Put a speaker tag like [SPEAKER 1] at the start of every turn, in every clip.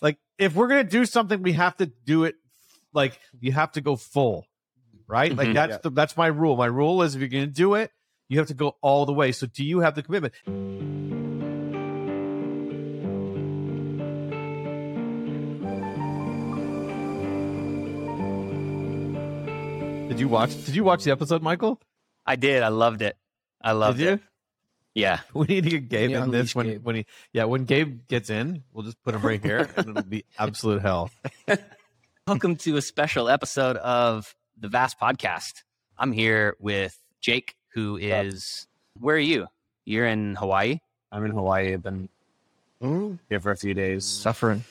[SPEAKER 1] Like if we're gonna do something, we have to do it. Like you have to go full, right? Like
[SPEAKER 2] Mhm.
[SPEAKER 1] that's
[SPEAKER 3] Yeah.
[SPEAKER 1] the, that's my rule. My rule is if you're gonna do it, you have to go all the way. So do you have the commitment? Did you watch? Did you watch the episode, Michael?
[SPEAKER 2] I did. I loved it. I loved
[SPEAKER 1] did you?
[SPEAKER 2] it. Yeah.
[SPEAKER 1] We need to get Gabe
[SPEAKER 3] Yeah,
[SPEAKER 1] in this
[SPEAKER 3] unleash
[SPEAKER 1] when
[SPEAKER 3] Gabe.
[SPEAKER 1] when he yeah when Gabe gets in, we'll just put him right here and it'll be absolute hell.
[SPEAKER 2] Welcome to a special episode of the Vast Podcast. I'm here with Jake, who is where are you? You're in Hawaii.
[SPEAKER 4] I'm in Hawaii. I've been
[SPEAKER 3] Mm,
[SPEAKER 4] here for a few days.
[SPEAKER 3] suffering.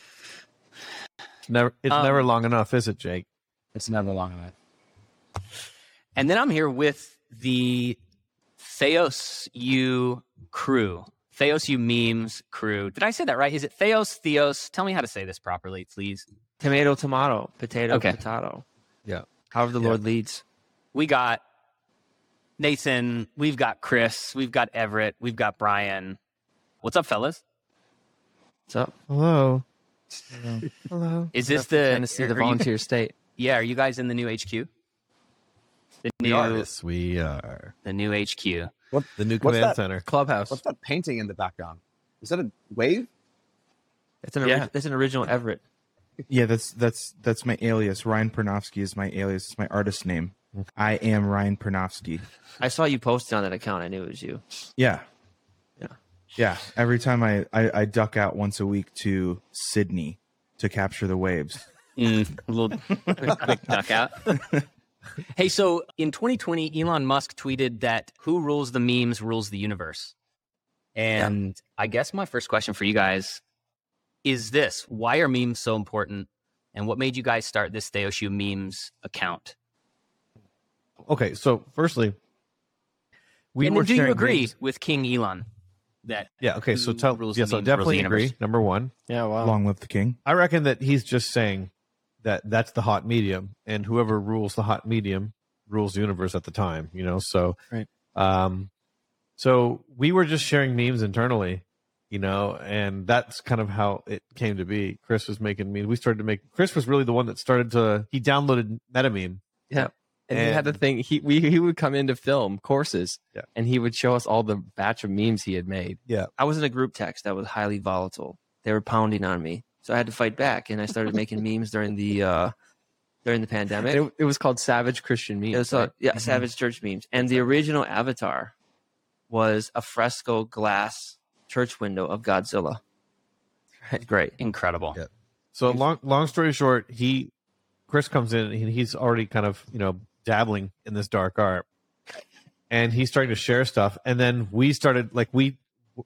[SPEAKER 1] It's never it's
[SPEAKER 2] Um,
[SPEAKER 1] never long enough, is it, Jake?
[SPEAKER 4] It's never long enough.
[SPEAKER 2] And then I'm here with the Theos U crew. Theos U memes crew. Did I say that right? Is it Theos, Theos? Tell me how to say this properly, please.
[SPEAKER 3] Tomato, tomato, potato,
[SPEAKER 2] Okay.
[SPEAKER 3] potato.
[SPEAKER 1] Yeah.
[SPEAKER 3] However the
[SPEAKER 1] Yeah.
[SPEAKER 3] Lord leads.
[SPEAKER 2] We got Nathan, we've got Chris, we've got Everett, we've got Brian. What's up, fellas?
[SPEAKER 3] What's up? Hello. Hello.
[SPEAKER 2] Is this
[SPEAKER 3] Hello from
[SPEAKER 2] the-
[SPEAKER 3] Tennessee,
[SPEAKER 2] are
[SPEAKER 3] the
[SPEAKER 2] you-
[SPEAKER 3] volunteer state?
[SPEAKER 2] Yeah, are you guys in the new HQ? The
[SPEAKER 1] We
[SPEAKER 2] new,
[SPEAKER 1] are. Yes, we are
[SPEAKER 2] the new HQ.
[SPEAKER 1] the new
[SPEAKER 4] What's
[SPEAKER 1] command
[SPEAKER 4] that?
[SPEAKER 1] center.
[SPEAKER 3] Clubhouse.
[SPEAKER 4] What's that painting in the background? Is that a wave?
[SPEAKER 3] It's an,
[SPEAKER 4] Yeah.
[SPEAKER 3] ori- it's an original Everett.
[SPEAKER 5] Yeah, that's that's that's my alias. Ryan Pernofsky is my alias. It's my artist name. I am Ryan Pernofsky.
[SPEAKER 3] I saw you posted on that account. I knew it was you.
[SPEAKER 5] Yeah.
[SPEAKER 3] Yeah.
[SPEAKER 5] Yeah. Every time I, I, I duck out once a week to Sydney to capture the waves.
[SPEAKER 2] Mm, a little quick knockout. hey, so in 2020, Elon Musk tweeted that who rules the memes rules the universe. And I guess my first question for you guys is this why are memes so important? And what made you guys start this Theoshu memes account?
[SPEAKER 1] Okay, so firstly, we
[SPEAKER 2] and
[SPEAKER 1] were
[SPEAKER 2] do you
[SPEAKER 1] sharing
[SPEAKER 2] agree
[SPEAKER 1] memes.
[SPEAKER 2] with King Elon that
[SPEAKER 1] Yeah. Okay. So
[SPEAKER 2] Who
[SPEAKER 1] tell
[SPEAKER 2] rules the
[SPEAKER 1] yes, I
[SPEAKER 2] memes, rules the
[SPEAKER 1] definitely agree.
[SPEAKER 2] universe?
[SPEAKER 1] Number one,
[SPEAKER 3] Yeah, wow.
[SPEAKER 5] Long live the king.
[SPEAKER 1] I reckon that he's just saying that that's the hot medium, and whoever rules the hot medium rules the universe at the time. You know, so
[SPEAKER 3] Right.
[SPEAKER 1] um, so we were just sharing memes internally, you know, and that's kind of how it came to be. Chris was making memes. We started to make. Chris was really the one that started to. He downloaded MetaMeme.
[SPEAKER 3] and, he had the
[SPEAKER 1] And-
[SPEAKER 3] thing he we he would come in to film courses
[SPEAKER 1] Yeah.
[SPEAKER 3] and he would show us all the batch of memes he had made
[SPEAKER 1] Yeah.
[SPEAKER 3] i was in a group text that was highly volatile they were pounding on me so i had to fight back and i started making memes during the uh during the pandemic
[SPEAKER 4] And
[SPEAKER 3] it, was called savage christian memes Mm-hmm.
[SPEAKER 4] right?
[SPEAKER 3] yeah savage church memes and the original avatar was a fresco glass church window of godzilla It's great
[SPEAKER 2] incredible?
[SPEAKER 1] Yeah. So long long story short, he Chris comes in and he's already kind of, you know, dabbling in this dark art. And he's starting to share stuff and then we started like we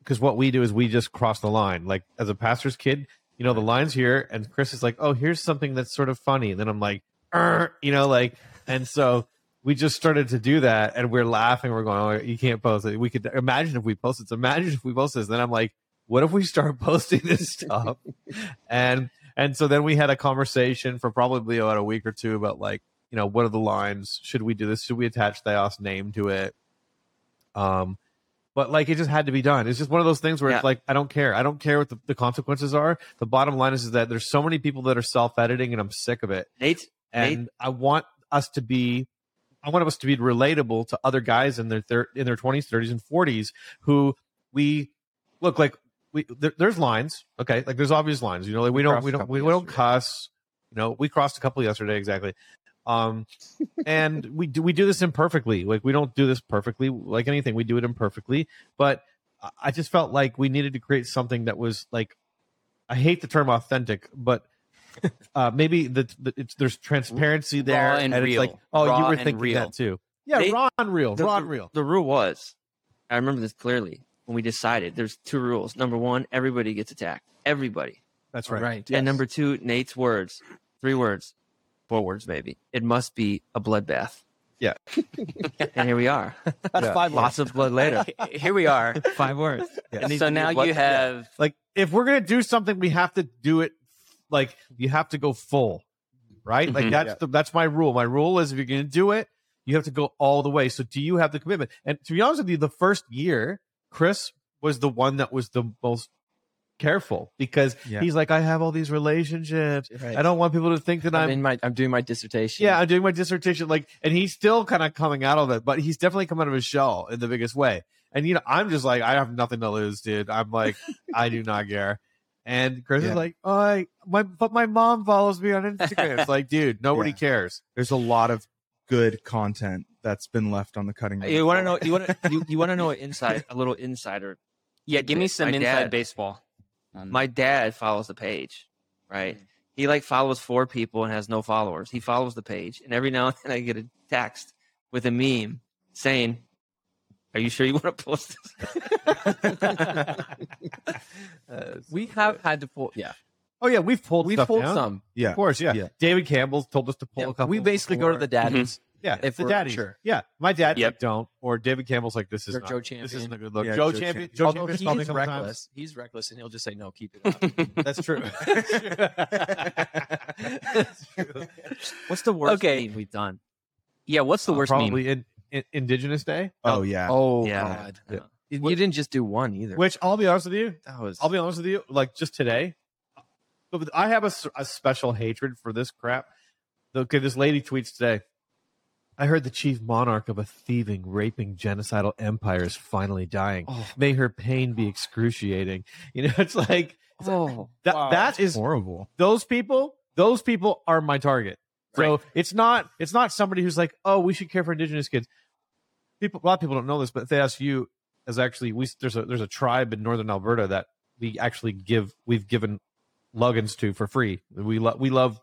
[SPEAKER 1] cuz what we do is we just cross the line. Like as a pastor's kid, you know, the line's here and Chris is like, "Oh, here's something that's sort of funny." And then I'm like, "Er," you know, like and so we just started to do that and we're laughing. We're going, oh, you can't post it. We could imagine if we posted. So imagine if we posted this. Then I'm like, what if we start posting this stuff? and and so then we had a conversation for probably about a week or two about like, you know, what are the lines? Should we do this? Should we attach Theos name to it? Um, but like it just had to be done. It's just one of those things where
[SPEAKER 3] Yeah.
[SPEAKER 1] it's like, I don't care. I don't care what the, the consequences are. The bottom line is, is that there's so many people that are self editing and I'm sick of it
[SPEAKER 3] nate
[SPEAKER 1] and
[SPEAKER 3] Nate?
[SPEAKER 1] I want us to be I want us to be relatable to other guys in their thir- in their 20s, 30s and 40s who we look like we there, there's lines, okay? Like there's obvious lines, you know, like we, don't
[SPEAKER 5] crossed
[SPEAKER 1] we
[SPEAKER 5] a
[SPEAKER 1] don't
[SPEAKER 5] couple
[SPEAKER 1] we, don't
[SPEAKER 5] yesterday.
[SPEAKER 1] cuss, you know, we crossed a couple yesterday exactly. Um and we do we do this imperfectly. Like we don't do this perfectly like anything. We do it imperfectly, but I- I just felt like we needed to create something that was like I hate the term authentic, but uh, maybe the, the it's, there's transparency there,
[SPEAKER 2] Raw and
[SPEAKER 1] it's like,
[SPEAKER 2] real.
[SPEAKER 1] oh, you
[SPEAKER 2] Raw
[SPEAKER 1] were
[SPEAKER 2] and
[SPEAKER 1] thinking
[SPEAKER 2] real.
[SPEAKER 1] that too. Yeah,
[SPEAKER 3] They-
[SPEAKER 1] raw and real,
[SPEAKER 3] the-
[SPEAKER 1] raw and real.
[SPEAKER 3] the rule was i remember this clearly when we decided there's two rules number one everybody gets attacked everybody
[SPEAKER 1] That's
[SPEAKER 4] right.
[SPEAKER 1] right.
[SPEAKER 3] and number two nate's words three words four words maybe it must be a bloodbath
[SPEAKER 1] Yeah.
[SPEAKER 3] and here we are
[SPEAKER 4] That's
[SPEAKER 1] Yeah.
[SPEAKER 4] five
[SPEAKER 3] lots of blood later
[SPEAKER 2] Here we are.
[SPEAKER 3] five words
[SPEAKER 1] Yeah.
[SPEAKER 2] So now you have
[SPEAKER 1] Like if we're gonna do something, we have to do it. Like you have to go full, right? Like
[SPEAKER 2] Mhm.
[SPEAKER 1] that's
[SPEAKER 4] Yeah.
[SPEAKER 1] the, that's my rule. My rule is if you're gonna do it, you have to go all the way. So do you have the commitment? And to be honest with you, the first year, Chris was the one that was the most careful because
[SPEAKER 5] Yeah.
[SPEAKER 1] he's like, I have all these relationships.
[SPEAKER 3] Right.
[SPEAKER 1] I don't want people to think that
[SPEAKER 3] I'm
[SPEAKER 1] I'm.
[SPEAKER 3] in my. I'm doing my dissertation.
[SPEAKER 1] yeah, I'm doing my dissertation. Like, and he's still kind of coming out of it, but he's definitely come out of his shell in the biggest way. And you know, I'm just like, I have nothing to lose, dude. I'm like, I do not care. And Chris
[SPEAKER 5] Yeah.
[SPEAKER 1] is like, oh, I, my, but my mom follows me on Instagram. It's like, dude, nobody
[SPEAKER 5] Yeah.
[SPEAKER 1] cares.
[SPEAKER 5] There's a lot of good content that's been left on the cutting room.
[SPEAKER 3] You want to know? You want to? You, you want to know an inside? A little insider.
[SPEAKER 2] Yeah, give me some
[SPEAKER 3] My
[SPEAKER 2] inside
[SPEAKER 3] dad-
[SPEAKER 2] baseball. on-
[SPEAKER 3] My dad follows the page, right? He like follows four people and has no followers. He follows the page, and every now and then I get a text with a meme saying, "Are you sure you want to post this?" we have had to pull. Yeah,
[SPEAKER 1] Oh yeah, we've pulled
[SPEAKER 6] We've
[SPEAKER 1] stuff
[SPEAKER 6] pulled
[SPEAKER 1] down.
[SPEAKER 6] some.
[SPEAKER 1] Of course, yeah.
[SPEAKER 5] Yeah.
[SPEAKER 1] David Campbell's told us to pull
[SPEAKER 6] Yeah,
[SPEAKER 1] a couple.
[SPEAKER 6] we basically go to the
[SPEAKER 1] before.
[SPEAKER 6] daddies.
[SPEAKER 1] yeah,
[SPEAKER 6] if
[SPEAKER 1] the
[SPEAKER 6] we're-
[SPEAKER 1] daddies.
[SPEAKER 6] sure.
[SPEAKER 1] Yeah, my dad
[SPEAKER 3] Yep.
[SPEAKER 1] like don't, or David Campbell's like this is
[SPEAKER 6] Or
[SPEAKER 1] not,
[SPEAKER 6] Joe
[SPEAKER 1] This
[SPEAKER 6] Champion.
[SPEAKER 1] isn't a good look.
[SPEAKER 5] Yeah,
[SPEAKER 1] Joe,
[SPEAKER 5] Joe
[SPEAKER 1] Champion.
[SPEAKER 5] Champion.
[SPEAKER 1] Joe
[SPEAKER 6] Although
[SPEAKER 1] Champion's
[SPEAKER 6] he
[SPEAKER 1] called me a
[SPEAKER 6] is
[SPEAKER 1] couple times.
[SPEAKER 6] reckless. He's reckless, and he'll just say no. Keep it up.
[SPEAKER 1] That's true. That's true.
[SPEAKER 3] what's the worst
[SPEAKER 2] Okay.
[SPEAKER 3] meme we've done?
[SPEAKER 2] yeah, what's the worst meme?
[SPEAKER 1] Uh, Probably in, in Indigenous Day,
[SPEAKER 5] Oh yeah.
[SPEAKER 6] oh
[SPEAKER 3] yeah.
[SPEAKER 6] God!
[SPEAKER 3] Yeah.
[SPEAKER 6] You you didn't just do one either.
[SPEAKER 1] which I'll be honest with you,
[SPEAKER 6] that was
[SPEAKER 1] I'll be honest with you, like just today, uh, but I have a, s- a special hatred for this crap. Okay, this lady tweets today. I heard the chief monarch of a thieving, raping, genocidal empire is finally dying.
[SPEAKER 3] Oh.
[SPEAKER 1] May her pain be excruciating. You know, it's like
[SPEAKER 3] Oh,
[SPEAKER 1] that. that is
[SPEAKER 5] horrible.
[SPEAKER 1] those people. Those people are my target. So it's not it's not somebody who's like, oh, we should care for indigenous kids. People, a lot of people don't know this, but if they ask you, as actually we there's a there's a tribe in northern Alberta that we actually give we've given luggins to for free. We love we love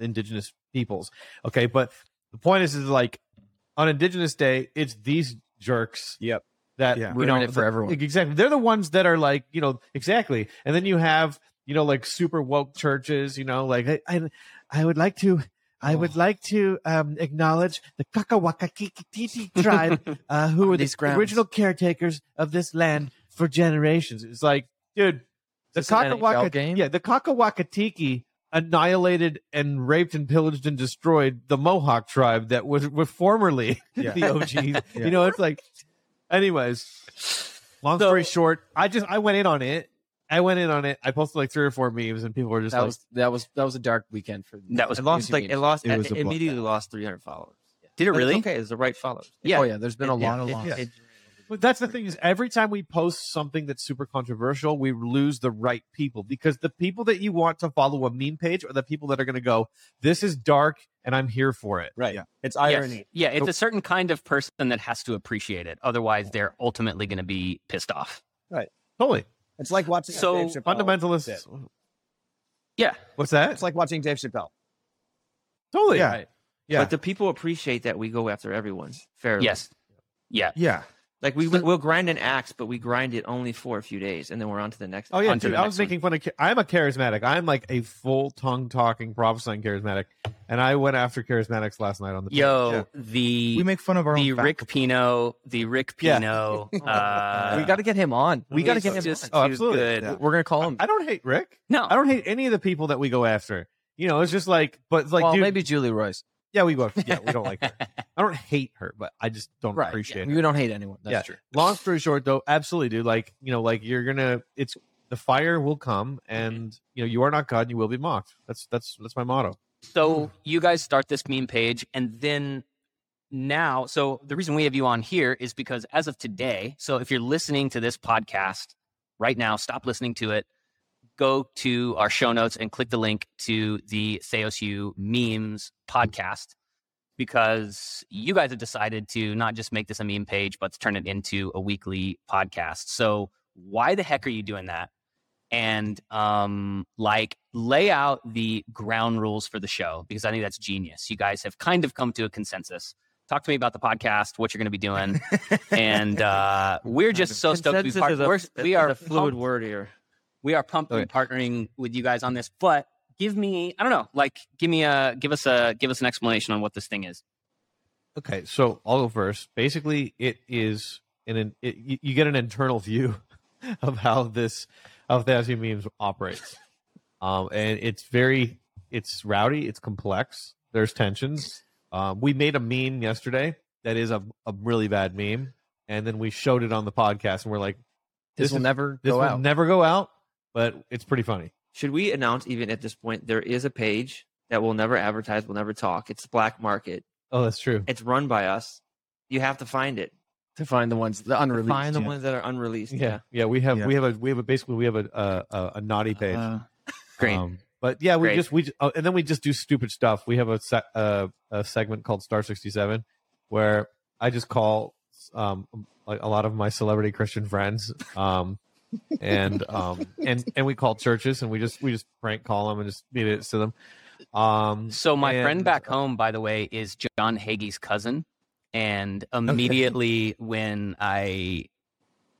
[SPEAKER 1] indigenous peoples. Okay, but the point is is like on Indigenous Day, it's these jerks.
[SPEAKER 4] Yep.
[SPEAKER 1] That
[SPEAKER 5] Yeah.
[SPEAKER 1] you
[SPEAKER 6] Ruin
[SPEAKER 1] know,
[SPEAKER 6] it for
[SPEAKER 1] the-
[SPEAKER 6] everyone.
[SPEAKER 1] Exactly. They're the ones that are like, you know, exactly. And then you have, you know, like super woke churches, you know, like I I, I would like to I
[SPEAKER 6] Oh.
[SPEAKER 1] would like to um, acknowledge the Kakawakakikititi tribe, uh, who
[SPEAKER 6] On
[SPEAKER 1] were the
[SPEAKER 6] these grounds.
[SPEAKER 1] original caretakers of this land for generations. It's like, dude, the
[SPEAKER 6] this an NFL
[SPEAKER 1] Kakawaka,
[SPEAKER 6] game?
[SPEAKER 1] yeah, the Kakawakatiki annihilated and raped and pillaged and destroyed the Mohawk tribe that was, was formerly
[SPEAKER 5] Yeah.
[SPEAKER 1] the OG. You know, it's like, anyways, long story short, I just I went in on it. I went in on it. I posted like three or four memes, and people were just
[SPEAKER 6] that
[SPEAKER 1] like,
[SPEAKER 6] was that was that was a dark weekend for
[SPEAKER 3] that was
[SPEAKER 6] it
[SPEAKER 3] lost. Like it lost.
[SPEAKER 5] It
[SPEAKER 3] It,
[SPEAKER 5] was a blo-
[SPEAKER 3] immediately lost 300 followers.
[SPEAKER 2] Did it
[SPEAKER 3] But it's
[SPEAKER 2] really?
[SPEAKER 3] okay, it's the right followers.
[SPEAKER 6] yeah. Oh yeah, there's been a lot of loss.
[SPEAKER 5] yeah.
[SPEAKER 3] It-
[SPEAKER 1] But that's the thing is every time we post something that's super controversial, we lose the right people because the people that you want to follow a meme page are the people that are going to go, this is dark and I'm here for it.
[SPEAKER 4] Right.
[SPEAKER 5] Yeah.
[SPEAKER 4] It's
[SPEAKER 2] Yes.
[SPEAKER 4] irony.
[SPEAKER 2] Yeah, it's a certain kind of person that has to appreciate it. Otherwise, they're ultimately going to be pissed off.
[SPEAKER 1] Totally.
[SPEAKER 4] It's like watching
[SPEAKER 2] So,
[SPEAKER 4] Dave Chappelle.
[SPEAKER 1] Fundamentalists.
[SPEAKER 2] Yeah.
[SPEAKER 1] What's that?
[SPEAKER 4] It's like watching Dave Chappelle.
[SPEAKER 1] totally.
[SPEAKER 5] Yeah. Yeah.
[SPEAKER 3] But the people appreciate that we go after everyone fairly.
[SPEAKER 2] Yes. Yeah.
[SPEAKER 5] yeah.
[SPEAKER 3] Like we we'll grind an axe, but we grind it only for a few days, and then we're on to the next.
[SPEAKER 1] Oh yeah,
[SPEAKER 2] On to
[SPEAKER 1] dude.
[SPEAKER 2] the
[SPEAKER 1] I
[SPEAKER 2] next
[SPEAKER 1] was making fun of. cha- I'm a charismatic. I'm like a full tongue talking, prophesying charismatic, and I went after charismatics last night on the.
[SPEAKER 2] Yo,
[SPEAKER 5] Yeah.
[SPEAKER 2] the
[SPEAKER 5] We make fun of our
[SPEAKER 2] the
[SPEAKER 5] own fat
[SPEAKER 2] Rick Pino, the Rick
[SPEAKER 1] Yeah.
[SPEAKER 2] Pino.
[SPEAKER 6] we
[SPEAKER 2] uh,
[SPEAKER 6] got to get him on.
[SPEAKER 1] We gotta get him
[SPEAKER 6] Just,
[SPEAKER 1] on. Oh,
[SPEAKER 6] he was
[SPEAKER 1] absolutely.
[SPEAKER 6] good.
[SPEAKER 5] Yeah.
[SPEAKER 6] We're gonna call him.
[SPEAKER 1] I don't hate Rick.
[SPEAKER 2] no,
[SPEAKER 1] I don't hate any of the people that we go after. You know, it's just like, but it's like,
[SPEAKER 6] well,
[SPEAKER 1] dude,
[SPEAKER 6] maybe Julie Royce.
[SPEAKER 1] yeah, we go. Yeah, we don't like her. I don't hate her, but I just don't
[SPEAKER 6] Right.
[SPEAKER 1] appreciate
[SPEAKER 6] We
[SPEAKER 1] her.
[SPEAKER 6] don't hate anyone. That's
[SPEAKER 1] Yeah.
[SPEAKER 6] true.
[SPEAKER 1] Long story short, though, absolutely, dude. Like, you know, like you're gonna. It's the fire will come,
[SPEAKER 2] Mm-hmm.
[SPEAKER 1] and you know, you are not God, and you will be mocked. That's that's that's my motto.
[SPEAKER 2] So you guys start this meme page, and then now, so the reason we have you on here is because as of today, so if you're listening to this podcast right now, stop listening to it, go to our show notes and click the link to the Theosu memes podcast because you guys have decided to not just make this a meme page, but to turn it into a weekly podcast. So why the heck are you doing that? and um, like lay out the ground rules for the show because I think that's genius. You guys have kind of come to a consensus. Talk to me about the podcast, what you're going to be doing, and uh, we're just so stoked to be
[SPEAKER 3] Consensus
[SPEAKER 2] part-
[SPEAKER 3] is a-
[SPEAKER 2] we're, we are
[SPEAKER 3] is a fluid
[SPEAKER 2] pumped-
[SPEAKER 3] word here.
[SPEAKER 2] We are pumped
[SPEAKER 1] Oh,
[SPEAKER 2] to be partnering with you guys on this. But give me, I don't know, like give me a give us a give us an explanation on what this thing is.
[SPEAKER 1] Okay, so I'll go first. Basically, it is an, an it, you- you get an internal view of how this of Thousand Memes operates, um, and it's very it's rowdy, it's complex. There's tensions. Um, we made a meme yesterday that is a, a really bad meme, and then we showed it on the podcast, and we're like,
[SPEAKER 6] This,
[SPEAKER 1] This
[SPEAKER 6] will
[SPEAKER 1] is-
[SPEAKER 6] never
[SPEAKER 1] "This
[SPEAKER 6] go
[SPEAKER 1] will
[SPEAKER 6] out.
[SPEAKER 1] never go out. but it's pretty funny.
[SPEAKER 3] Should we announce even at this point there is a page that will never advertise, will never talk? It's the black market.
[SPEAKER 1] Oh, that's true.
[SPEAKER 3] It's run by us. You have to find it.
[SPEAKER 6] to find the ones the unreleased.
[SPEAKER 3] find the
[SPEAKER 5] yeah.
[SPEAKER 3] ones that are unreleased.
[SPEAKER 1] Yeah, yeah. We have
[SPEAKER 5] Yeah.
[SPEAKER 1] we have a we have a basically we have a a, a, a naughty page.
[SPEAKER 6] Uh,
[SPEAKER 2] Great.
[SPEAKER 1] Um, but yeah, we
[SPEAKER 3] Great.
[SPEAKER 1] just we ju- oh, and then we just do stupid stuff. We have a se- uh, a segment called Star sixty seven where I just call um like a lot of my celebrity Christian friends um and um and and we call churches and we just we just prank call them and just beat it to them. Um,
[SPEAKER 2] So my
[SPEAKER 1] And-
[SPEAKER 2] friend back home, by the way, is John Hagee's cousin. And immediately when I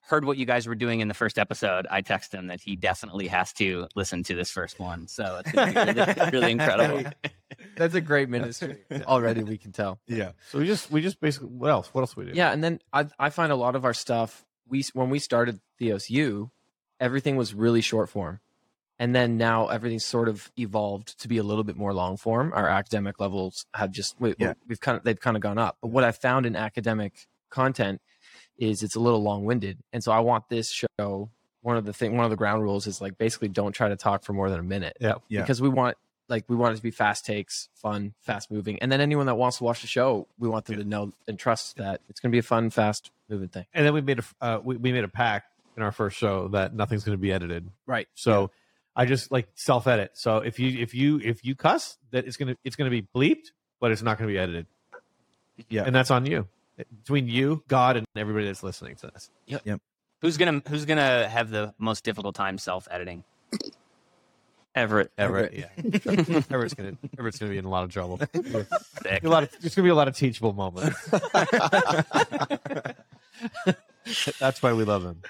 [SPEAKER 2] heard what you guys were doing in the first episode, I texted him that he definitely has to listen to this first one. So it's gonna be really, really incredible.
[SPEAKER 6] that's a great ministry already. We can tell.
[SPEAKER 5] Yeah.
[SPEAKER 1] so we just we just basically what else what else we do?
[SPEAKER 6] Yeah, and then I I find a lot of our stuff we when we started Theos U, everything was really short form, and then now everything's sort of evolved to be a little bit more long form. Our academic levels have just we,
[SPEAKER 5] Yeah.
[SPEAKER 6] we've kind of they've kind of gone up. But what I found in academic content is it's a little long winded, and so I want this show. One of the thing, one of the ground rules is like basically don't try to talk for more than a minute
[SPEAKER 5] Yeah.
[SPEAKER 6] because we want like we want it to be fast takes, fun, fast moving, and then anyone that wants to watch the show, we want them to know and trust that it's going to be a fun, fast moving thing.
[SPEAKER 1] and then we made a f- uh, we, we made a pact in our first show that nothing's going to be edited
[SPEAKER 6] Right.
[SPEAKER 1] so i just like self edit so if you if you if you cuss that it's going to it's going to be bleeped but it's not going to be edited
[SPEAKER 5] Yeah.
[SPEAKER 1] and that's on you between you god and everybody that's listening to this
[SPEAKER 2] Who's gonna who's gonna have the most difficult time self editing?
[SPEAKER 3] Everett.
[SPEAKER 1] everett yeah
[SPEAKER 2] Sick.
[SPEAKER 1] everett's going to everett's going to be in a lot of trouble a lot of there's going to be a lot of teachable moments that's why we love him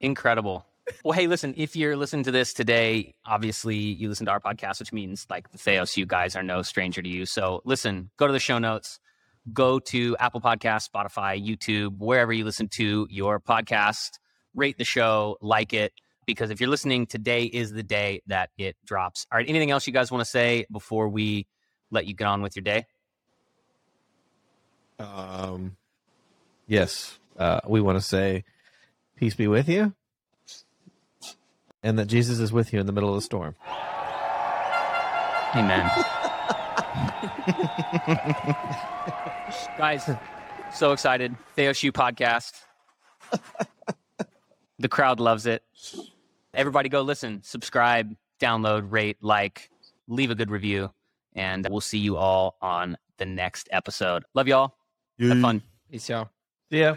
[SPEAKER 2] Incredible. Well, hey, listen, if you're listening to this today, obviously you listen to our podcast, which means like the Theos, you guys are no stranger to you. So listen, go to the show notes, go to Apple Podcasts, Spotify, YouTube, wherever you listen to your podcast, rate the show, like it, because if you're listening, today is the day that it drops. All right, anything else you guys want to say before we let you get on with your day?
[SPEAKER 1] Um, yes, uh, we want to say, peace be with you, and that Jesus is with you in the middle of the storm.
[SPEAKER 2] Amen. Guys, so excited. Theos U podcast. The crowd loves it. Everybody go listen, subscribe, download, rate, like, leave a good review, and we'll see you all on the next episode. Love y'all. Have fun.
[SPEAKER 6] Peace out.
[SPEAKER 1] Yeah.